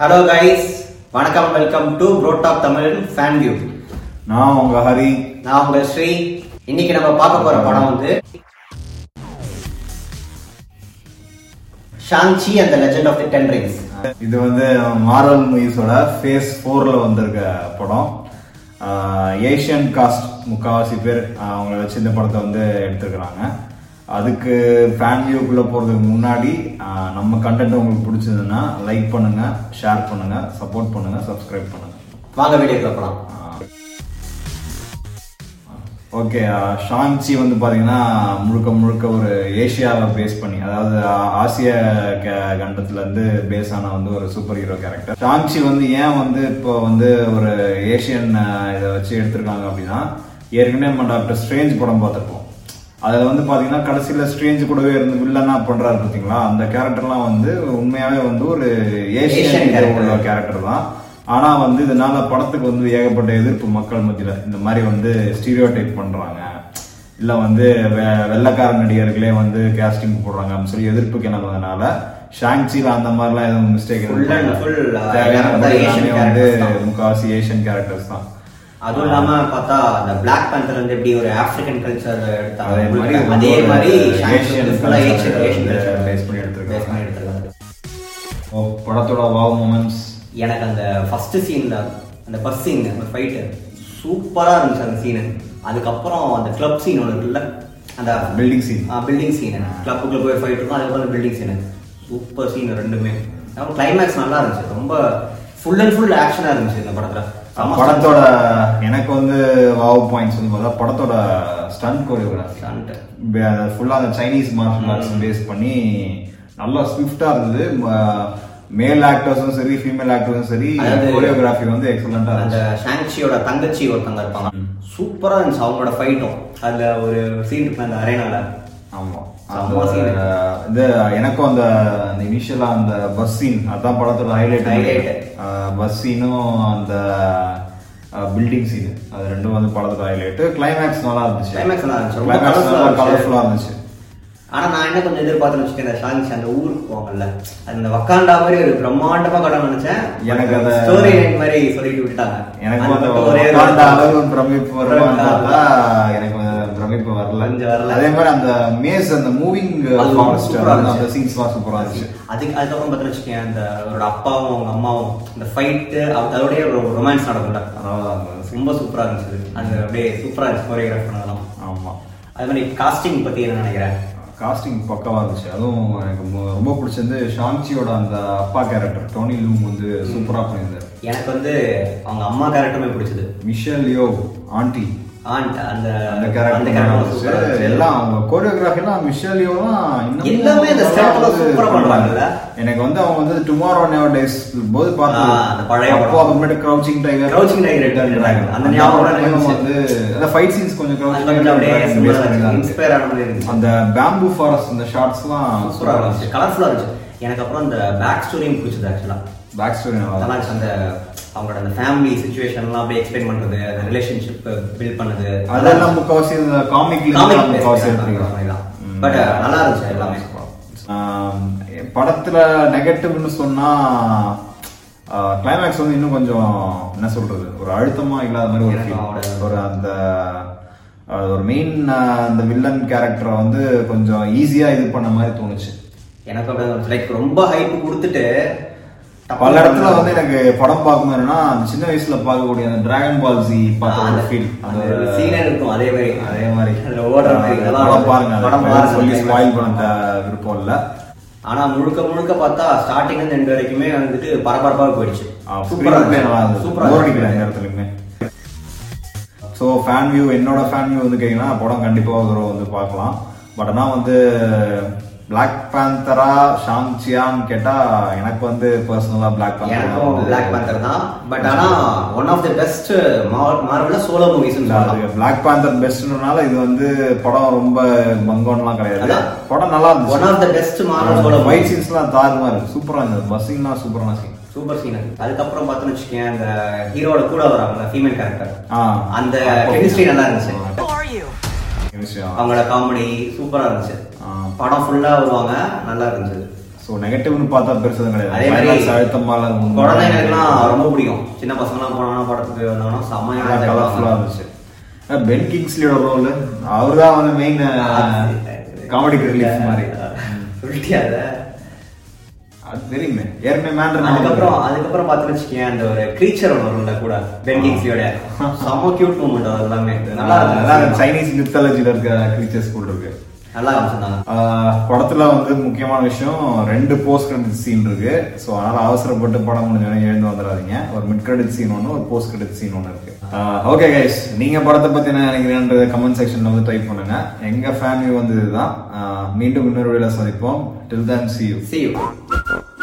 Hello guys வணக்கம் welcome to புரோடாக் Tamil fan view நான் உங்க ஹரி நான் உங்கள் ஸ்ரீ இன்னைக்கு நம்ம பார்க்க போற படம் வந்து ஷாங்சி அந்த legend of the ten rings இது வந்து மார்வல் மூவிஸோட ஃபேஸ் ஃபோர்ல வந்திருக்க படம் ஏஷியன் காஸ்ட் முக்கால்வாசி பேர் ஆஹ், அவங்கள வச்சு இந்த படத்தை வந்து எடுத்துருக்குறாங்க அதுக்கு ஃபேன் வியூக்குள்ள போறதுக்கு முன்னாடி ஆஹ், நம்ம கண்டென்ட் உங்களுக்கு பிடிச்சதுன்னா லைக் பண்ணுங்க ஷேர் பண்ணுங்க சப்போர்ட் பண்ணுங்க சப்ஸ்கிரைப் பண்ணுங்க வாங்க வீடியோக்குள்ள போலாம் ஓகே ஷாங்சி வந்து பாத்தீங்கன்னா முழுக்க முழுக்க ஒரு ஏஷியாவை பேஸ் பண்ணி அதாவது ஆ- ஆசிய க- கண்டத்துல இருந்து பேஸ் ஆன வந்து ஒரு சூப்பர் ஹீரோ கேரக்டர் ஷாங்சி வந்து ஏன் வந்து இப்போ வந்து ஒரு ஏஷியன் இதை வச்சு எடுத்திருக்காங்க அப்படின்னா ஏற்கனவே நம்ம டாக்டர் ஸ்ட்ரேஞ்ச் படம் பார்த்துருப்போம் அதில் வந்து பார்த்தீங்கன்னா கடைசியில் ஸ்ட்ரேஞ்ச் கூடவே இருந்து வில்லனா பண்ணுறாரு பார்த்தீங்களா அந்த கேரக்டர்லாம் வந்து உண்மையாகவே வந்து ஒரு Asian ஏஷியன் character. உள்ள கேரக்டர் தான் ஆனா வந்து இதனால படத்துக்கு வந்து ஏகப்பட்ட எதிர்ப்பு மக்கள் மத்தியில இந்த மாதிரி வந்து ஸ்டீரியோ டைப் பண்றாங்க இல்ல வந்து வெ- வெள்ளைக்கார நடிகர்களே வந்து கேஸ்டிங் போடுறாங்க அப்படின்னு சொல்லி எதிர்ப்பு கிளம்புறதுனால ஷாங்சில அந்த மாதிரிலாம் எதுவும் மிஸ்டேக் Full and full, ஆ, Asian வந்து characters தான். முக்காவாசி ஏஷியன் கேரக்டர்ஸ் தான் அதுவும் இல்லாம பார்த்தா அந்த பிளாக் பேந்தர் வந்து எப்படி ஒரு ஆப்பிரிக்கன் கல்ச்சர் அதே மாதிரி எடுத்தாங்க வந்து அதே ஒரு மாதிரி ஷாங்சி Asian வந்து full-ஆ culture Asian- வந்து Asian culture base பண்ணி எடுத்திருக்காங்க. Base பண்ணி எடுத்திருக்காங்க. ஓ, படத்தோட வாவ் மூமெண்ட்ஸ் எனக்கு அந்த ஃபர்ஸ்ட் சீன்ல அந்த பஸ் சீன் அந்த ஃபைட்டு சூப்பராக இருந்துச்சு அந்த சீனு அதுக்கப்புறம் அந்த கிளப் சீன் ஒன்று இருக்குல்ல அந்த பில்டிங் சீன் பில்டிங் சீனு கிளப்புக்குள்ள போய் ஃபைட் இருக்கும் அதுக்கப்புறம் பில்டிங் சீனு சூப்பர் சீன் ரெண்டுமே அப்புறம் கிளைமேக்ஸ் நல்லா இருந்துச்சு ரொம்ப ஃபுல் அண்ட் ஃபுல் ஆக்ஷனாக இருந்துச்சு இந்த படத்தில் படத்தோட எனக்கு வந்து வாவ் பாயிண்ட்ஸ் வந்து பார்த்தா படத்தோட ஸ்டன் கோரியோகிராஃபி ஃபுல்லாக அந்த சைனீஸ் மார்ஷல் ஆர்ட்ஸ் பேஸ் பண்ணி நல்லா ஸ்விஃப்டாக இருந்தது மேல் ஆக்டர்ஸும் சரி ஃபீமேல் ஆக்டர்ஸும் சரி அதாவது- கோரியோகிராஃபி வந்து எக்ஸலண்டாக அந்த இருந்துச்சு ஷாங்சியோட தங்கச்சி ஒருத்தங்க இருப்பாங்க சூப்பராக இருந்துச்சு அவங்களோட ஃபைட்டும் அதுல ஒரு சீன் இருக்கு அந்த அரேனால ஆமாம் செம்ம scene. இது எனக்கும் அந்த அந்த இனிஷியலாக அந்த பஸ் சீன் அதான் படத்தோட Highlight. ஹைலைட் பஸ் சீனும் அந்த பில்டிங் சீன் அது ரெண்டும் வந்து படத்தோட ஹைலைட் கிளைமேக்ஸ் நல்லா இருந்துச்சு Climax நல்லா இருந்துச்சு. ரொம்ப Climax colourful-ஆ நல்லா இருந்துச்சு. கலர்ஃபுல்லாக இருந்துச்சு ஆனா நான் என்ன கொஞ்சம் எதிர்பார்த்தேன்னு வச்சுக்கேன் இந்த ஷாங்ஷி அந்த ஊருக்கு போவாங்கல்ல அந்த வக்காண்டா மாதிரி ஒரு பிரம்மாண்டமா கடன் நினைச்சேன் எனக்கு அந்த- ஸ்டோரி லைன் மாதிரி சொல்லிட்டு விட்டுட்டாங்க எனக்கு அது வந்து மட்டும் ஒரே ஒரு- உட்கார்ந்த அளவு பிரமிப்பு வருமான்னு பிரமிப்பு பார்த்தா எனக்கு வந்து பிரமிப்பு வரல கொஞ்சம் வரல. அதே மாதிரி அந்த மேஸ் அந்த மூவிங் அது ஃபாரஸ்ட் சூப்பரா அந்த இருந்துச்சு. சீன்ஸ் எல்லாம் சூப்பரா இருந்துச்சு அதுக்கு அதுக்கப்புறம் பார்த்தீங்கன்னு வச்சுக்கேன் அந்த அவரோட அப்பாவும் அவங்க அம்மாவும் அந்த ஃபைட்டு அதோடய ஒரு ரொமான்ஸ் நடக்கும்ல அதனால அந்த scene. ரொம்ப சூப்பரா இருந்துச்சு அது அப்படியே சூப்பரா இருந்துச்சு கோரியோகிராஃப் பண்ணதெல்லாம் ஆமா அது மாதிரி காஸ்டிங் பத்தி என்ன நினைக்கிறேன் காஸ்டிங் பக்கவா இருந்துச்சு அதுவும் எனக்கு மு- ரொம்ப பிடிச்சது ஷாங்சியோட அந்த அப்பா கேரக்டர் டோனி லூம் வந்து சூப்பரா பண்ணியிருந்தாரு எனக்கு வந்து அவங்க அம்மா கேரக்டருமே பிடிச்சது மிஷல் யோ ஆண்டி ஆண்ட் அந்த அந்த கேரக்டர் சூப்பரா இருந்துச்சு. எல்லாம் அவங்க கோரியோகிராஃபிலாம் மிஷலியோலாம் எல்லாமே இந்த step-ல super-ஆ பண்றாங்கல்ல? எனக்கு வந்து அவங்க வந்து டுமாரோ நெவர் டேஸ் போது பார்த்தேன் ஆ, அந்த பழைய அப்போ படம். அப்புறமேட்டு crouching tiger Crouching Tiger, Return Dragon. அந்த ஞாபகம் இருந்துச்சு. வந்து அந்த ஃபைட் சீன்ஸ் கொஞ்சம் அது கிரவுச்சிங் கொஞ்சம் டைகர் அப்படியே Dragon similar base ஆ பண்ணி இருந்துச்சு. தான் இருந்துச்சு. inspire ஆன மாதிரி இருந்துச்சு. அந்த பேம்பு ஃபாரஸ்ட் அந்த ஷாட்ஸ்லாம் சூப்பரா இருந்துச்சு கலர்ஃபுல்லா இருந்துச்சு எனக்கு அப்புறம் அந்த பேக் ஸ்டோரியும் பிடிச்சது ஆக்சுவலா பேக் ஸ்டோரி நல்லா நல்லா இருந்துச்சு அந்த அவங்களோட அந்த ஃபேமிலி சுச்சுவேஷன்லாம் அப்படியே எக்ஸ்பிளைன் பண்றது அந்த ரிலேஷன்ஷிப் பில்ட் பண்ணது அதெல்லாம் முக்காவாசி இந்த காமிக்ல காமிக் முக்காவாசி எடுத்துக்கலாம் பட் uh, நல்லா இருந்துச்சு எல்லாமே ஆம், படத்துல நெகட்டிவ்னு சொன்னா கிளைமேக்ஸ் வந்து இன்னும் கொஞ்சம் என்ன சொல்றது ஒரு அழுத்தமா இல்லாத மாதிரி ஒரு feel. எனக்கு ஒரு அந்த அது ஒரு மெயின் அந்த வில்லன் கேரக்டரை வந்து கொஞ்சம் ஈஸியா இது பண்ண மாதிரி தோணுச்சு எனக்கு அப்படியே ஒரு லைக் ரொம்ப ஹைப் கொடுத்துட்டு பல இடத்துல வந்து எனக்கு படம் பார்க்கும் என்னன்னா அந்த சின்ன வயசுல பார்க்கக்கூடிய அந்த டிராகன் பால் ஜி பார்த்த ஒரு ஃபீல் அந்த சீனே இருக்கும் அதே மாதிரி அதே மாதிரி அதுல ஓடுற மாதிரி இதெல்லாம் படம் பாருங்க அது படம் படம் சொல்லி பாருங்க. ஸ்பாயில் பண்ண விருப்பம் இல்ல ஆனா முழுக்க முழுக்க பார்த்தா ஸ்டார்டிங்ல இருந்து எண்டு வரைக்குமே வந்துட்டு பரபரப்பா போயிடுச்சு சூப்பரா நல்லா இருந்துச்சு. இருந்தது சூப்பரா போர் அடிக்கல இருந்துச்சு. இந்த இடத்துலயுமே ஸோ ஃபேன் வியூ என்னோட ஃபேன் வியூ வந்து கேட்டிங்கன்னா படம் கண்டிப்பாக ஒரு தடவை வந்து பார்க்கலாம் பட் ஆனால் வந்து பிளாக் பேந்தரா ஷாங்சியான்னு கேட்டால் எனக்கு வந்து பர்சனலாக பிளாக் எனக்கும் பிளாக் பேந்தர் பேந்தர் oh, தான் பட் ஆனா ஒன் ஆஃப் தி பெஸ்ட் மார்வல்ல சோலோ மூவிஸ் அது பிளாக் பேந்தர் பெஸ்ட்னால இது வந்து படம் ரொம்ப பங்கோன்லாம் கிடையாது அதான். படம் நல்லா இருந்துச்சு one of the best Marvel solo fight movies சீன்ஸ்லாம் தாறுமா இருக்கு சூப்பராக இருந்தது பஸ்ஸிங்லாம் சூப்பரான சீன் சூப்பர் சீன் அதுக்கப்புறம் பார்த்தோன்னு வச்சுக்கேன் அந்த ஹீரோட கூட வராங்க ஃபீமேல் கேரக்டர் ஆ. அந்த அப்போ- கெமிஸ்ட்ரி நல்லா இருந்துச்சு Who are you? விஷயம் அவங்களோட காமெடி சூப்பரா இருந்துச்சு ஆ. படம் ஃபுல்லா வருவாங்க நல்லா இருந்துச்சு ஸோ நெகட்டிவ்னு பார்த்தா பெருசு கிடையாது அதே மாதிரி Climax அழுத்தமால குழந்தைங்களுக்குலாம் ரொம்ப பிடிக்கும் சின்ன பசங்கலாம் போனாங்கன்னா படத்துக்கு வந்தாங்கன்னா செம்மையா கலர்ஃபுல்லாக இருந்துச்சு அஹ் பென் கிங்ஸ்லியோட ரோல் அவர் தான் வந்து மெயின் காமெடி ரிலீஃப் மாதிரி சொல்லிட்டியா அதை? அது தெரியுமே ஏற்கனவே மேண்டர் அதுக்கப்புறம் அதுக்கப்புறம் பார்த்து வச்சுக்கேன் அந்த ஒரு க்ரீச்சர் ஒன்று வரும்ல கூட பெண்டிங்ஸியோட செம்ம கியூட் மூமெண்ட் அது எல்லாமே நல்லா இருந்துச்சு. சைனீஸ் மித்தாலஜியில் இருக்க கிரீச்சர்ஸ் கூட இருக்கு நல்லா காமிச்சிருந்தாங்க ஆஹ் படத்துல வந்து முக்கியமான விஷயம் ரெண்டு போஸ்ட் கிரெடிட் சீன் இருக்கு ஸோ அதனால அவசரப்பட்டு படம் முடிஞ்சோடனே எழுந்து வந்துடாதீங்க ஒரு மிட் கிரெடிட் சீன் ஒன்று ஒரு போஸ்ட் கிரெடிட் சீன் ஒன்று இருக்கு ஓகே கைஸ் நீங்க படத்தை பத்தி என்ன நினைக்கிறீங்கன்றது கமெண்ட் செக்ஷன்ல வந்து டைப் பண்ணுங்க எங்க ஃபேமிலி வந்து இதுதான் ஆஹ் மீண்டும் இன்னொரு வேலை சந்திப்போம் till then see you See you.